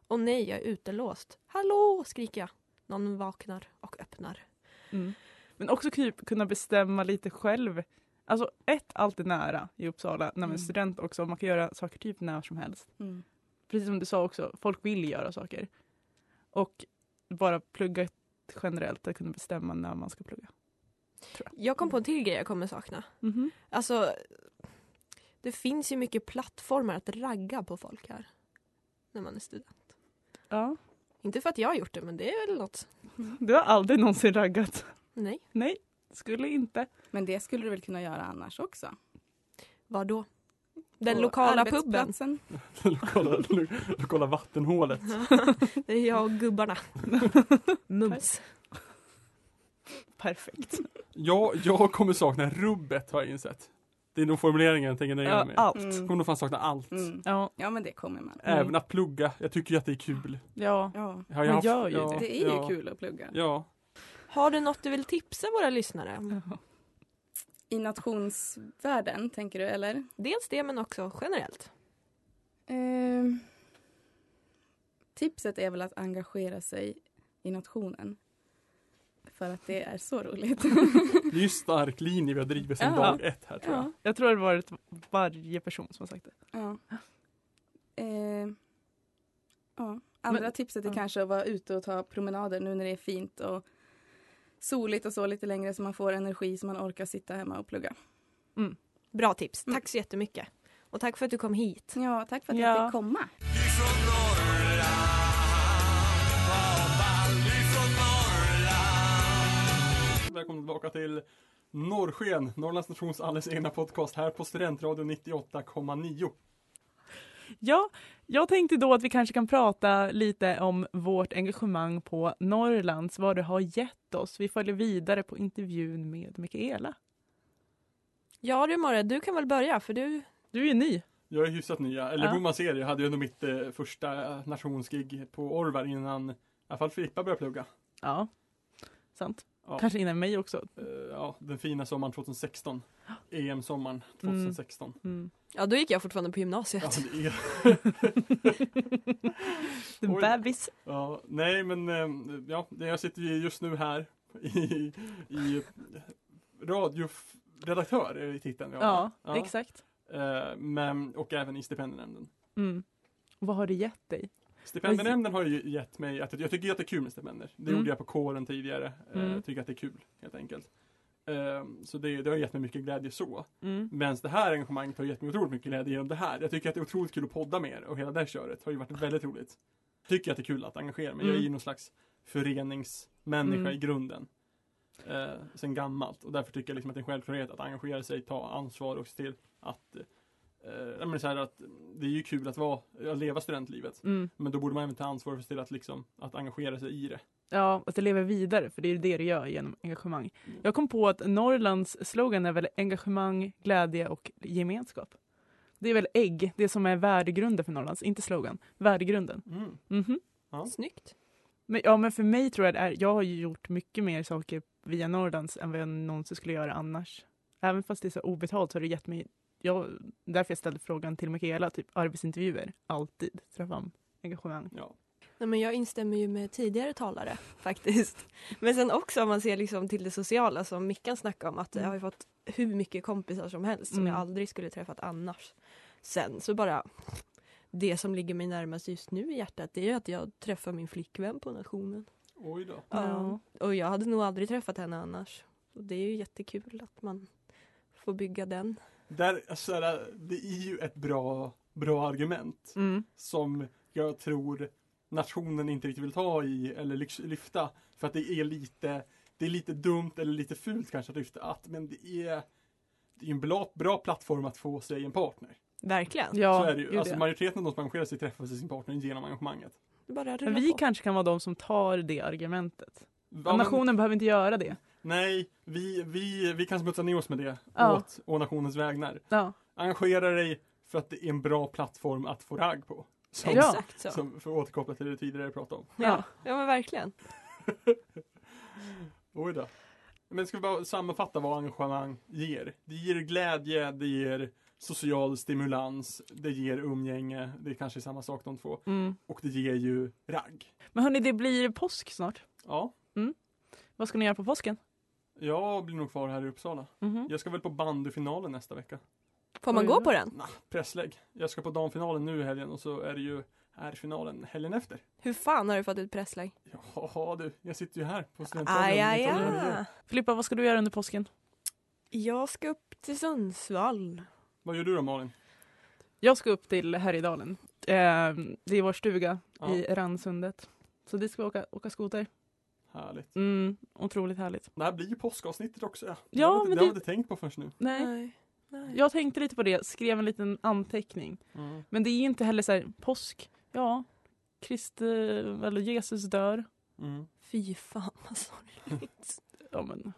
S5: Och nej, jag är utelåst. Hallå, skriker jag. Någon vaknar och öppnar.
S3: Mm. Men också typ kunna bestämma lite själv. Alltså ett, allt är nära i Uppsala när man är
S6: Mm.
S3: student också. Man kan göra saker typ när som helst.
S6: Mm.
S3: Precis som du sa också, folk vill göra saker. Och bara plugga generellt, att kunna bestämma när man ska plugga.
S5: Jag kom på en till grej jag kommer sakna.
S3: Mhm.
S5: Alltså, det finns ju mycket plattformar att ragga på folk här. När man är student.
S3: Ja.
S5: Inte för att jag har gjort det, men det är väl något.
S3: Du har aldrig någonsin raggat.
S5: Nej.
S3: Nej, skulle inte.
S6: Men det skulle du väl kunna göra annars också?
S5: Vad då? Den
S6: På
S5: lokala puben.
S6: arbetsplatsen.
S4: lokala, lo- lokala vattenhålet.
S5: Det är jag och gubbarna. Mums.
S3: Perfekt.
S4: Ja, jag kommer sakna rubbet har jag insett. Det är nog formuleringen jag tänker nöja mig
S3: Ja,
S4: med. Jag
S3: allt.
S6: Mm.
S4: kommer nog fan sakna allt.
S6: Mm.
S3: Ja.
S6: Ja men det kommer man.
S3: Mm.
S4: Även att plugga. Jag tycker ju att det är kul.
S3: ja.
S6: Ja.
S4: Jag har
S3: Man gör ju
S4: ja,
S6: Det är ju
S4: ja,
S6: kul att plugga.
S4: Ja.
S5: Har du något du vill tipsa våra lyssnare om?
S6: I nationsvärlden tänker du eller?
S5: Dels det, men också generellt.
S6: Ehm, tipset är väl att engagera sig i nationen. För att det är så roligt.
S4: Det är ju en stark linje vi har drivit sedan
S6: Ja.
S4: dag ett här tror jag.
S6: ja.
S3: Jag tror det har varit varje person som har sagt det.
S6: Ja. Ehm, ja. Andra
S3: Men-
S6: tipset är
S3: ja.
S6: kanske att vara ute och ta promenader nu när det är fint och soligt och så lite längre så man får energi så man orkar sitta hemma och plugga.
S5: Bra tips.
S6: Mm.
S5: Tack så jättemycket. Och tack för att du kom hit.
S6: Ja, tack för att
S3: Ja.
S6: jag fick komma.
S2: Ifrån Norrland, vad ball, ifrån Norrland
S4: Välkomna tillbaka till Norrsken, Norrlands nations alldeles egna podcast här på Studentradion 98,9.
S3: Ja, jag tänkte då att vi kanske kan prata lite om vårt engagemang på Norrlands, vad det har gett oss. Vi följer vidare på intervjun med Mikaela.
S5: Ja du Morre, du kan väl börja för du...
S3: Du är ju ny.
S4: Jag är hyfsat nya, eller
S3: Ja.
S4: borde man se det. Jag hade ju ändå mitt eh, första nationsgig på Orvar innan i alla fall Filippa började plugga.
S3: Ja, sant.
S4: Ja.
S3: Kanske innan mig också.
S4: Eh, ja, den fina sommaren E 2016. EM-sommaren 2016.
S3: Mm.
S5: Ja, då gick jag fortfarande på gymnasiet.
S4: Ja, det är,
S3: The
S4: Oj.
S3: bebis.
S4: ja, nej men eh, ja, det- jag sitter ju just nu här i, i radioredaktör är i titeln. vi har.
S3: Ja, exakt.
S4: Eh, men, och även i stipendienämnden.
S3: Mm. Vad har det gett dig?
S4: Stipendienämnden har ju gett mig att jag tycker att det är kul med stipendier. Det
S3: Mm.
S4: gjorde jag på kåren tidigare. Eh,
S3: Mm.
S4: Jag tycker att det är kul helt enkelt. Eh, Så det, det har gett mig mycket glädje så. Men det här engagemanget har gett mig otroligt mycket glädje genom det här. Jag tycker att det är otroligt kul att podda med er och hela det här köret har ju varit väldigt roligt. Tycker att det är kul att engagera mig. Jag är ju
S3: Mm.
S4: någon slags föreningsmänniska
S3: Mm.
S4: i grunden. Eh, sen gammalt och därför tycker jag liksom att det är en självklarhet att engagera sig, ta ansvar och se till att eh, jag menar så här att det är ju kul att, vara, att leva studentlivet.
S3: Mm.
S4: Men då borde man även ta ansvar för att se till att, liksom, att engagera sig i det.
S3: Ja, att det lever vidare, för det är ju det du gör genom engagemang. Jag kom på att Norrlands slogan är väl engagemang, glädje och gemenskap. Det är väl ägg, det som är värdegrunden för Norrlands, inte slogan, värdegrunden.
S4: Mm.
S3: Mhm.
S5: Snyggt.
S3: Men, ja, men för mig tror jag det är, jag har ju gjort mycket mer saker via Norrlands än vad jag någonsin skulle göra annars. Även fast det är så obetalt så har det gett mig, jag, därför jag ställde frågan till Mikaela, typ arbetsintervjuer, alltid dra fram engagemang.
S4: Ja.
S5: Nej, men jag instämmer ju med tidigare talare faktiskt. Men sen också om man ser liksom till det sociala som Mickan snackade om att jag har ju fått hur mycket kompisar som helst som
S3: Mm.
S5: jag aldrig skulle träffat annars. Sen så bara det som ligger mig närmast just nu i hjärtat det är ju att jag träffar min flickvän på nationen.
S4: Oj då.
S5: Ja. Och jag hade nog aldrig träffat henne annars. Och det är ju jättekul att man får bygga den.
S4: Där, alltså, där, det är ju ett bra, bra argument
S3: Mm.
S4: som jag tror nationen inte riktigt vill ta i eller lyx- lyfta. För att det är lite, det är lite dumt eller lite fult kanske att lyfta att, men det är det är ju en bra, bra plattform att få sig en partner.
S5: Verkligen.
S3: Ja,
S4: så är det ju.
S3: gud,
S4: Alltså
S3: ja.
S4: majoriteten av de som engagerar sig träffar sig sin partner genom engagemanget.
S5: Det bara
S3: Men
S5: rullar
S3: vi
S5: på.
S3: kanske kan vara de som tar det argumentet.
S4: Ja, men-
S3: Nationen behöver inte göra det.
S4: Nej, vi, vi, vi kan smutsa ner oss med det
S3: Ja.
S4: åt, å nationens vägnar.
S3: Ja.
S4: Engagera dig för att det är en bra plattform att få ragg på. Som,
S3: Ja.
S5: Exakt så.
S4: som, för att återkoppla till det du tidigare pratade om.
S5: Ja. ja men verkligen.
S4: Mm. Oj då. Men ska vi bara sammanfatta vad engagemang ger? Det ger glädje, det ger social stimulans, det ger umgänge, det är kanske samma sak de två.
S3: Mm.
S4: Och det ger ju ragg.
S3: Men hörni, det blir påsk snart.
S4: Ja,
S3: Vad ska ni göra på påsken?
S4: jag blir nog kvar här i Uppsala.
S3: Mhm.
S4: Jag ska väl på bandyfinalen nästa vecka.
S5: Får man
S3: Oj
S5: gå
S3: då.
S5: på den?
S4: Nah, presslägg. Jag ska på damfinalen nu i helgen och så är det ju här finalen helgen efter.
S5: Hur fan har du fått ett presslägg?
S4: Ja du, jag sitter ju här på
S5: Aj, aj,
S4: Studentradion.
S5: aj.
S3: Filippa, vad ska du göra under påsken?
S5: Jag ska upp till Sundsvall.
S4: Vad gör du då Malin?
S3: Jag ska upp till Härjedalen. Eh, det är vår stuga
S4: Ja.
S3: i Randsundet. Så dit ska vi åka, åka skoter.
S4: Härligt.
S3: Mm, otroligt härligt.
S4: Det här blir ju påskavsnittet också. Ja,
S3: Ja,
S4: det har jag inte-
S3: men
S4: det har
S3: det-
S4: jag inte tänkt på först nu.
S3: Nej.
S5: Nej.
S3: Eh, Jag tänkte lite på det, skrev en liten anteckning.
S4: Mm.
S3: Men det är ju inte heller så här, påsk, ja, Kristi, eller Jesus dör.
S4: Mm.
S5: Fy fan vad sorgligt.
S3: Ja, men.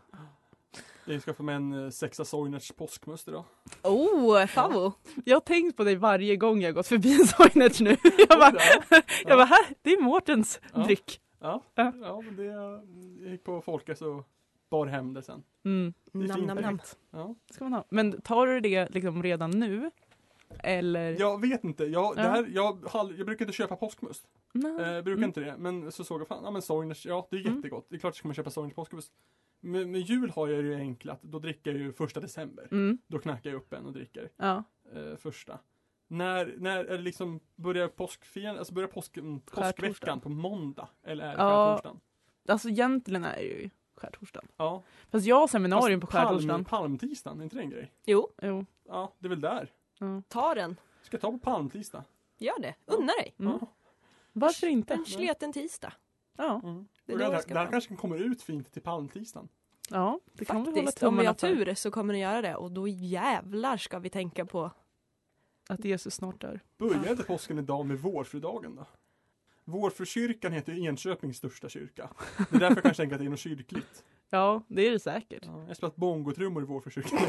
S4: Jag ska få med en eh, sexa Soinerts påskmust idag.
S5: oh, favvo!
S3: Jag har tänkt på dig varje gång jag gått förbi en Soinerts nu. Jag bara, jag bara, här, det är Mårtens
S4: Ja.
S3: dryck.
S4: Ja,
S3: Ja.
S4: ja men det, jag gick på Folkas och bar hem det sen.
S3: Mm.
S4: är
S5: Nam,
S4: fint
S5: nam, nam.
S4: direkt. Ja.
S3: Det ska man ha. Men tar du det liksom redan nu? Eller?
S4: Jag vet inte, jag, det
S3: Ja.
S4: här, jag, har aldrig- jag brukar inte köpa påskmust.
S3: Nej.
S4: Eh, brukar
S3: Mm.
S4: inte det, men så såg jag fan, ja men Soiners, ja det är
S3: Mm.
S4: jättegott. Det är klart jag ska man köpa Soiners påskmust. Men, men jul har jag ju enklat, då dricker jag ju första december.
S3: Mm.
S4: Då knackar jag upp en och dricker
S3: Ja.
S4: eh, första. När, när är det liksom, börjar påskfirandet, alltså börjar påsk, mm,
S3: Skärtorsdagen.
S4: påskveckan på måndag? Eller är det
S3: Ja.
S4: skärtorsdagen?
S3: Alltså egentligen är det ju skärtorsdagen.
S4: Ja.
S3: Fast jag har seminarium på
S4: Fast
S3: skärtorsdagen.
S4: Palm, palmtisdagen, är inte det en grej?
S5: Jo,
S3: Jo.
S4: Ja, det är väl där.
S3: Ja.
S5: ta den.
S4: Ska jag ta på palmtisdag?
S5: Gör det. Unna dig.
S3: Mm.
S4: Ja.
S3: Varför inte?
S5: En sleten tisdag.
S3: Ja,
S4: Mm.
S5: Det
S4: Det,
S5: är
S4: det,
S5: då
S4: här,
S5: jag ska
S4: det här
S5: fram.
S4: kanske kommer ut fint till palmtisdagen.
S3: ja det kan vi hålla
S5: Faktiskt, om vi
S3: tummarna
S5: har
S3: för.
S5: tur så kommer den göra det och då jävlar ska vi tänka på.
S3: Att Jesus snart dör.
S4: Börjar inte påsken idag med vårfrudagen då? Vårfrukyrkan heter ju Enköpings största kyrka. Det är därför jag kanske tänker att det är något kyrkligt.
S3: Ja, det är det säkert.
S4: Jag har spelat bongotrummor i Vårfrukyrkan.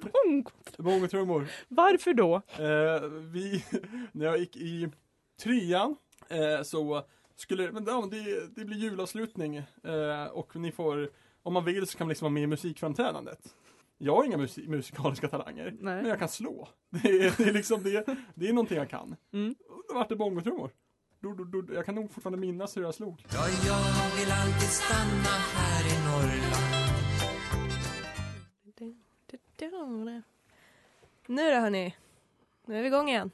S3: Bonk!
S4: bongotrummor.
S3: Varför då?
S4: Eh, vi, när jag gick i trean eh, så skulle, men ja, men det, det blir julavslutning eh, och ni får, om man vill så kan man liksom vara med i musikframträdandet. Jag har inga musi- musikaliska talanger, men
S3: Nej.
S4: jag kan slå. Det är, det är liksom det, det är någonting jag kan.
S3: Mm.
S4: Och Då vart det bongotrummor. Du, du, du, jag kan nog fortfarande minnas hur jag slog.
S2: Ja, jag vill alltid stanna här i Norrland
S5: Nu då hörni. Nu är vi igång igen.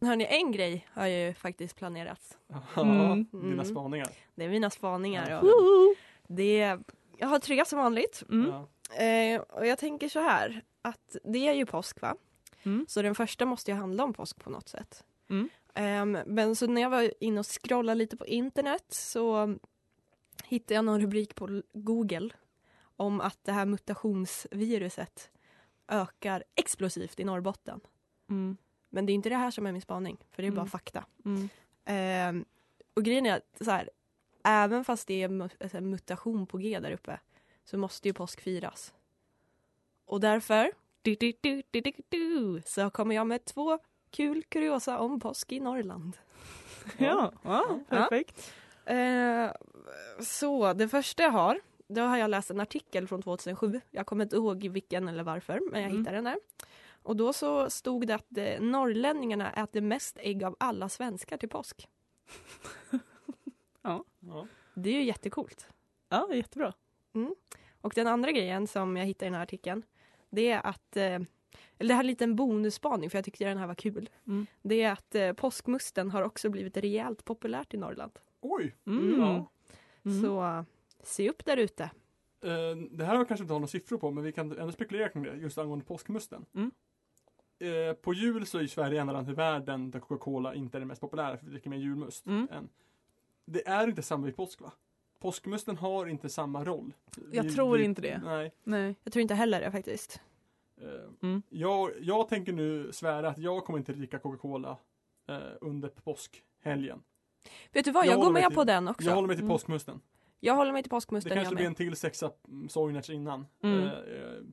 S5: Hörni, en grej har ju faktiskt planerats.
S3: Mm.
S4: Dina spaningar.
S5: Det är mina spaningar.
S4: Ja.
S5: Och det, jag har tre som vanligt.
S3: Mm.
S4: Ja.
S5: Eh, och jag tänker så här, att det är ju påsk va?
S3: Mm.
S5: Så den första måste ju handla om påsk på något sätt.
S3: Mm.
S5: Ehm, men så när jag var inne och scrollade lite på internet så hittade jag någon rubrik på Google om att det här mutationsviruset ökar explosivt i Norrbotten.
S3: Mm.
S5: Men det är inte det här som är min spaning, för det är bara
S3: Mm.
S5: fakta.
S3: Mm.
S5: Ehm, och grejen är att så här, även fast det är mu- alltså, en mutation på G där uppe så måste ju påsk firas. Och därför du, du, du, du, du, du, så kommer jag med två kul kuriosa om påsk i Norrland.
S7: Ja, ja, perfekt.
S5: Eh, så det första jag har, då har jag läst en artikel från 2007. Jag kommer inte ihåg vilken eller varför, men jag
S3: Mm.
S5: hittade den där. Och då så stod det att eh, norrlänningarna äter mest ägg av alla svenskar till påsk.
S4: Ja.
S5: Det är ju jättekult.
S7: Ja, jättebra.
S5: Och den andra grejen som jag hittade i den här artikeln, det är att, eh, eller det här är en liten bonusspaning för jag tyckte den här var kul.
S3: Mm.
S5: Det är att eh, påskmusten har också blivit rejält populärt i Norrland.
S4: Oj!
S3: Mm.
S4: Ja.
S3: Mm.
S5: Så eh, se upp där ute.
S4: Eh, det här har jag kanske inte har några siffror på, men vi kan ändå spekulera kring det, just angående påskmusten.
S3: Mm.
S4: Eh, på jul så är ju Sverige enda land i världen där Coca-Cola inte är det mest populära, för vi dricker mer julmust
S3: Mm.
S4: än. Det är inte samma vid påsk va? Påskmusten har inte samma roll.
S3: Jag tror inte det.
S4: Nej.
S3: Nej.
S5: Jag tror inte heller det faktiskt.
S4: Eh,
S3: Mm.
S4: jag, jag tänker nu svära att jag kommer inte dricka Coca-Cola eh, under påskhelgen.
S5: Vet du vad,
S4: Jag
S5: jag,
S4: håller
S5: går
S4: med
S5: med
S4: till-
S5: på den också.
S4: Jag håller mig till
S3: Mm.
S4: påskmusten.
S5: Jag håller mig till
S4: Det
S5: påskmusten.
S4: kanske
S5: jag
S4: blir
S5: med.
S4: en till sexa mm, Sojnerts innan
S3: Mm.
S4: eh, eh,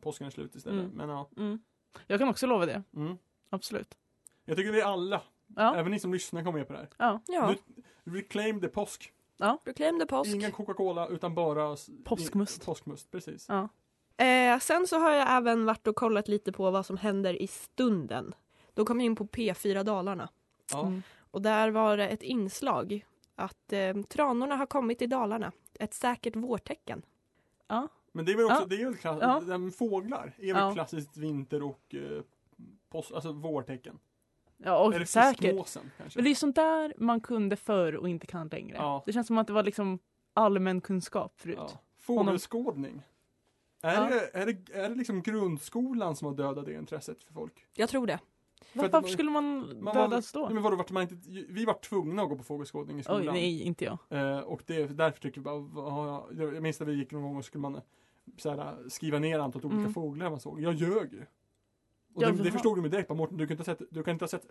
S4: påsken är slut istället.
S3: Mm.
S4: Men ja.
S3: Mm. Jag kan också lova det,
S4: Mm.
S3: absolut.
S4: Jag tycker vi alla,
S3: Ja,
S4: även ni som lyssnar kommer med på det här.
S3: ja.
S5: Ja,
S4: Reclaim the påsk.
S5: proclaim the påsk.
S4: Ingen Coca-Cola utan bara s-
S3: Påskmust.
S4: i- Påskmust, precis.
S3: Ja.
S5: Eh, sen så har jag även varit och kollat lite på vad som händer i stunden. Då kom jag in på P4 Dalarna.
S4: Ja.
S3: Mm.
S5: Och där var det ett inslag att eh, tranorna har kommit till Dalarna. Ett säkert vårtecken.
S4: Men det är väl också,
S3: Ja.
S4: det är väl klass-
S3: Ja.
S4: den fåglar är väl
S3: Ja.
S4: klassiskt vinter och eh, påsk, alltså vårtecken.
S3: ja och
S4: Eller
S3: säkert.
S4: fiskmåsen kanske.
S3: Men det är sånt där man kunde förr och inte kan längre.
S4: Ja.
S3: Det känns som att det var liksom allmän kunskap förut.
S4: Ja. Fågelskådning. Är,
S3: Ja.
S4: det, är, det, är det liksom grundskolan som har dödat det intresset för folk?
S5: Jag tror det.
S4: För att
S3: Varför
S4: man-
S3: skulle man
S4: man
S3: dödas
S4: Nej,
S3: då?
S4: men vadå, vart man inte, vi var tvungna att gå på fågelskådning i
S3: Oj,
S4: skolan.
S3: nej, inte jag.
S4: Eh, och det, därför tycker jag bara, vad har jag- jag minns när vi gick någon gång och skulle man eh, så här, skriva ner antalet olika
S3: Mm.
S4: fåglar man såg. Jag ljög ju. Och
S3: Ja,
S4: det, det
S3: vad-
S4: förstod de ju direkt, bara, Mårten du kan, inte ha sett, du kan inte ha sett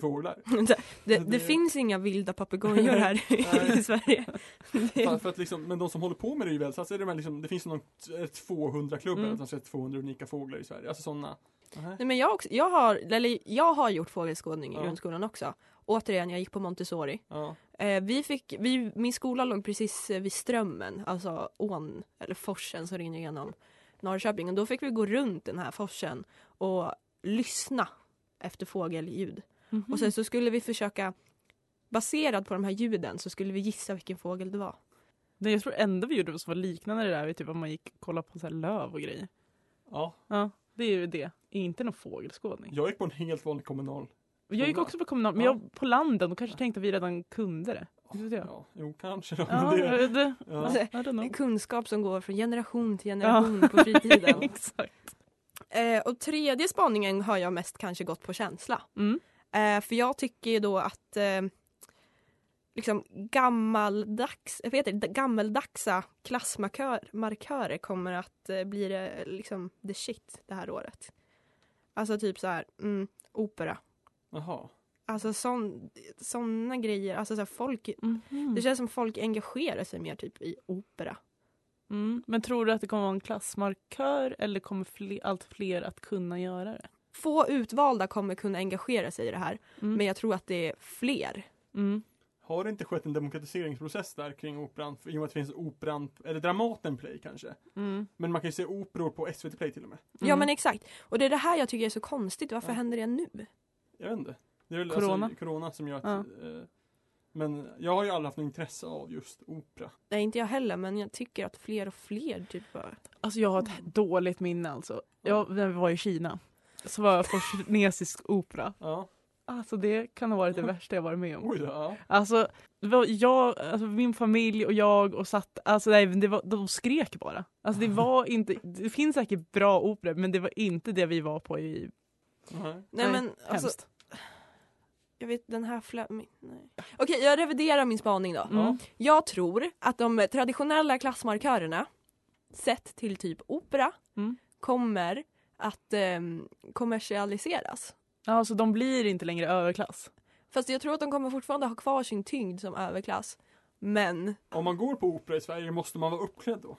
S4: fåglar.
S5: Det, det,
S4: det-
S5: finns inga vilda papegojor här
S4: Nej.
S5: i Sverige.
S4: För, för att liksom, men de som håller på med det är ju väl, så är det, de här liksom, det finns någon 200-klubben
S3: Mm.
S4: som sett 200 unika fåglar i Sverige. Alltså sådana. Nähä.
S5: Nej, men jag, också, jag, har, eller, jag har gjort fågelskådning i
S4: Ja.
S5: grundskolan också. Återigen, jag gick på Montessori.
S4: Ja.
S5: Eh, vi fick, vi, min skola låg precis eh, vid Strömmen, alltså ån eller forsen som rinner genom Norrköping. Och då fick vi gå runt den här forsen och lyssna efter fågelljud.
S4: Mhm.
S5: Och
S3: Mm.
S5: sen så skulle vi försöka, baserat på de här ljuden, så skulle vi gissa vilken fågel det var.
S3: Nej, jag tror enda vi gjorde som var liknande det där var typ att man gick och kollade på så här löv och grejer.
S4: ja.
S3: Ja, det är ju det. Inte någon fågelskådning.
S4: Jag gick på en helt vanlig kommunal.
S3: Jag gick
S4: skola.
S3: också på kommunal, men
S4: Ja.
S3: jag på landen och kanske tänkte att vi redan kunde det. Vet inte jag.
S4: Ja, jo kanske då.
S3: Ja,
S4: men det,
S3: det, det,
S4: ja.
S5: Alltså,
S3: I don't
S5: Det
S3: know.
S5: är kunskap som går från generation till generation på fritiden.
S3: Exakt.
S5: eh, och tredje spaningen har jag mest kanske gått på känsla.
S3: Mm.
S5: Eh, för jag tycker ju då att eh, liksom gammaldags, jag vet inte, gammeldagsa klassmarkörer markörer kommer att eh, bli det, liksom, the shit det här året. Alltså typ så här, mm, opera.
S4: Jaha.
S5: Alltså sån, såna grejer. Alltså så här, folk,
S3: Mhm.
S5: Det känns som folk engagerar sig mer typ i opera.
S3: Mm. Men tror du att det kommer vara en klassmarkör eller kommer fle- allt fler att kunna göra det?
S5: Få utvalda kommer kunna engagera sig i det här.
S3: Mm.
S5: Men jag tror att det är fler.
S3: Mm.
S4: Har det inte skett en demokratiseringsprocess där kring operan? För- I och med att det finns operan, eller Dramaten Play kanske?
S3: Mm.
S4: Men man kan ju se operor på SVT Play till och med.
S5: Ja men exakt. Och det är det här jag tycker är så konstigt. Varför
S4: Ja.
S5: händer det nu?
S4: Jag vet inte. Det är väl
S3: Corona.
S4: Alltså, corona som gör att...
S3: Ja.
S4: Eh, men jag har ju aldrig haft något intresse av just opera.
S5: Nej, inte jag heller, men jag tycker att fler och fler typ bara...
S3: Alltså jag har ett
S5: Mm.
S3: dåligt minne alltså. Jag, när vi var i Kina så var jag på kinesisk opera.
S4: Ja.
S3: Alltså det kan ha varit det värsta jag varit med om.
S4: Oj då, ja.
S3: Alltså, det var jag, alltså min familj och jag och satt, alltså nej, men det var, de skrek bara. Alltså det var inte, det finns säkert bra operor men det var inte det vi var på i,
S4: Nej.
S5: Nej,
S3: Nej,
S5: men alltså,
S3: hemskt.
S5: jag vet den här flä... min- Nej. Okej, jag reviderar min spaning då.
S3: Mm.
S5: Jag tror att de traditionella klassmarkörerna, sett till typ opera,
S3: Mm.
S5: kommer att eh, kommersialiseras.
S3: Ja, så de blir inte längre överklass.
S5: Fast jag tror att de kommer fortfarande ha kvar sin tyngd som överklass. Men,
S4: Om man går på opera i Sverige måste man vara uppklädd då?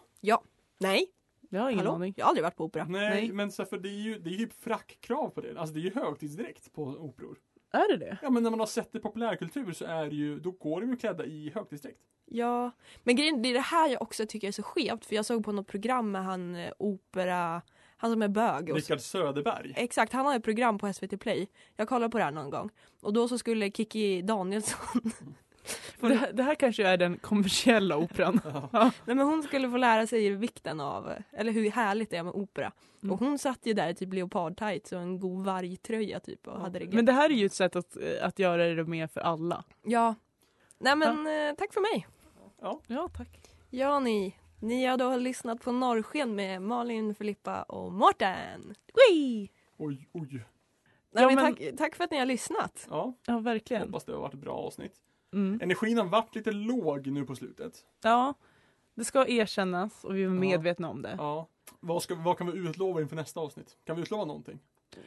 S5: nej,
S3: Jag har ingen
S5: hallå,
S3: aning.
S5: jag har aldrig varit på opera.
S4: Nej,
S3: Nej.
S4: men så här, för det är ju det är ju frackkrav på det. Alltså det är ju högtidsdräkt på operor.
S3: Är det det?
S4: Ja men när man har sett det i populärkultur så är det ju, då går de ju klädda i högtidsdräkt.
S5: Ja, men grejen, det är det här jag också tycker är så skevt för jag såg på något program med han eh, opera, han som är bög. Och så.
S4: Rickard Söderberg.
S5: Exakt, han har ett program på SVT Play. Jag kollade på det här någon gång. Och då så skulle Kiki Danielsson,
S3: Det, här- det här kanske är den kommersiella operan.
S5: nej men hon skulle få lära sig vikten av, eller hur härligt det är med opera.
S3: Mm.
S5: Och hon satt ju där i typ leopardtights och en god vargtröja typ och hade det gött.
S3: Men det här är ju ett sätt att, eh, att göra det mer för alla.
S5: Ja. Nej men eh, tack för mig.
S3: Ja, tack.
S5: Ja ni, ni har då lyssnat på Norrsken med Malin, Filippa och Mårten.
S4: Oj, oj.
S5: Nej,
S3: Ja,
S5: men
S3: men-
S5: tack, tack för att ni har lyssnat.
S4: Ja,
S3: Ja, verkligen.
S4: hoppas det har varit ett bra avsnitt.
S3: Mm.
S4: Energin har varit lite låg nu på slutet.
S3: Ja, det ska erkännas och vi är medvetna om det.
S4: Ja. Vad, ska, vad kan vi utlova inför nästa avsnitt? Kan vi utlova någonting?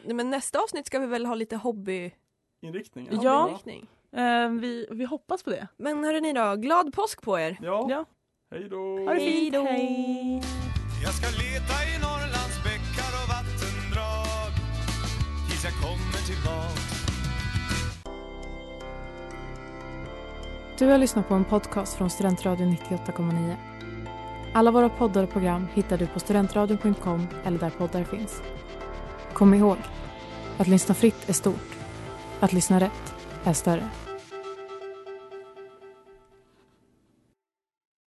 S5: Nej, men nästa avsnitt ska vi väl ha lite hobby,
S4: Inriktning?
S3: Ja.
S5: hobbyinriktning.
S3: Eh, vi, vi hoppas på det.
S5: Men hörru ni då, glad påsk på er!
S4: Ja.
S3: Ja.
S4: Hej då.
S3: Ha det fint,
S5: Hejdå.
S3: hej!
S2: Jag ska leta i Norrlands bäckar och vattendrag tills jag kommer tillbaka
S1: Du har lyssnat på en podcast från Studentradion 98,9. Alla våra poddar och program hittar du på studentradion.com eller där poddar finns. Kom ihåg, att lyssna fritt är stort. Att lyssna rätt är större.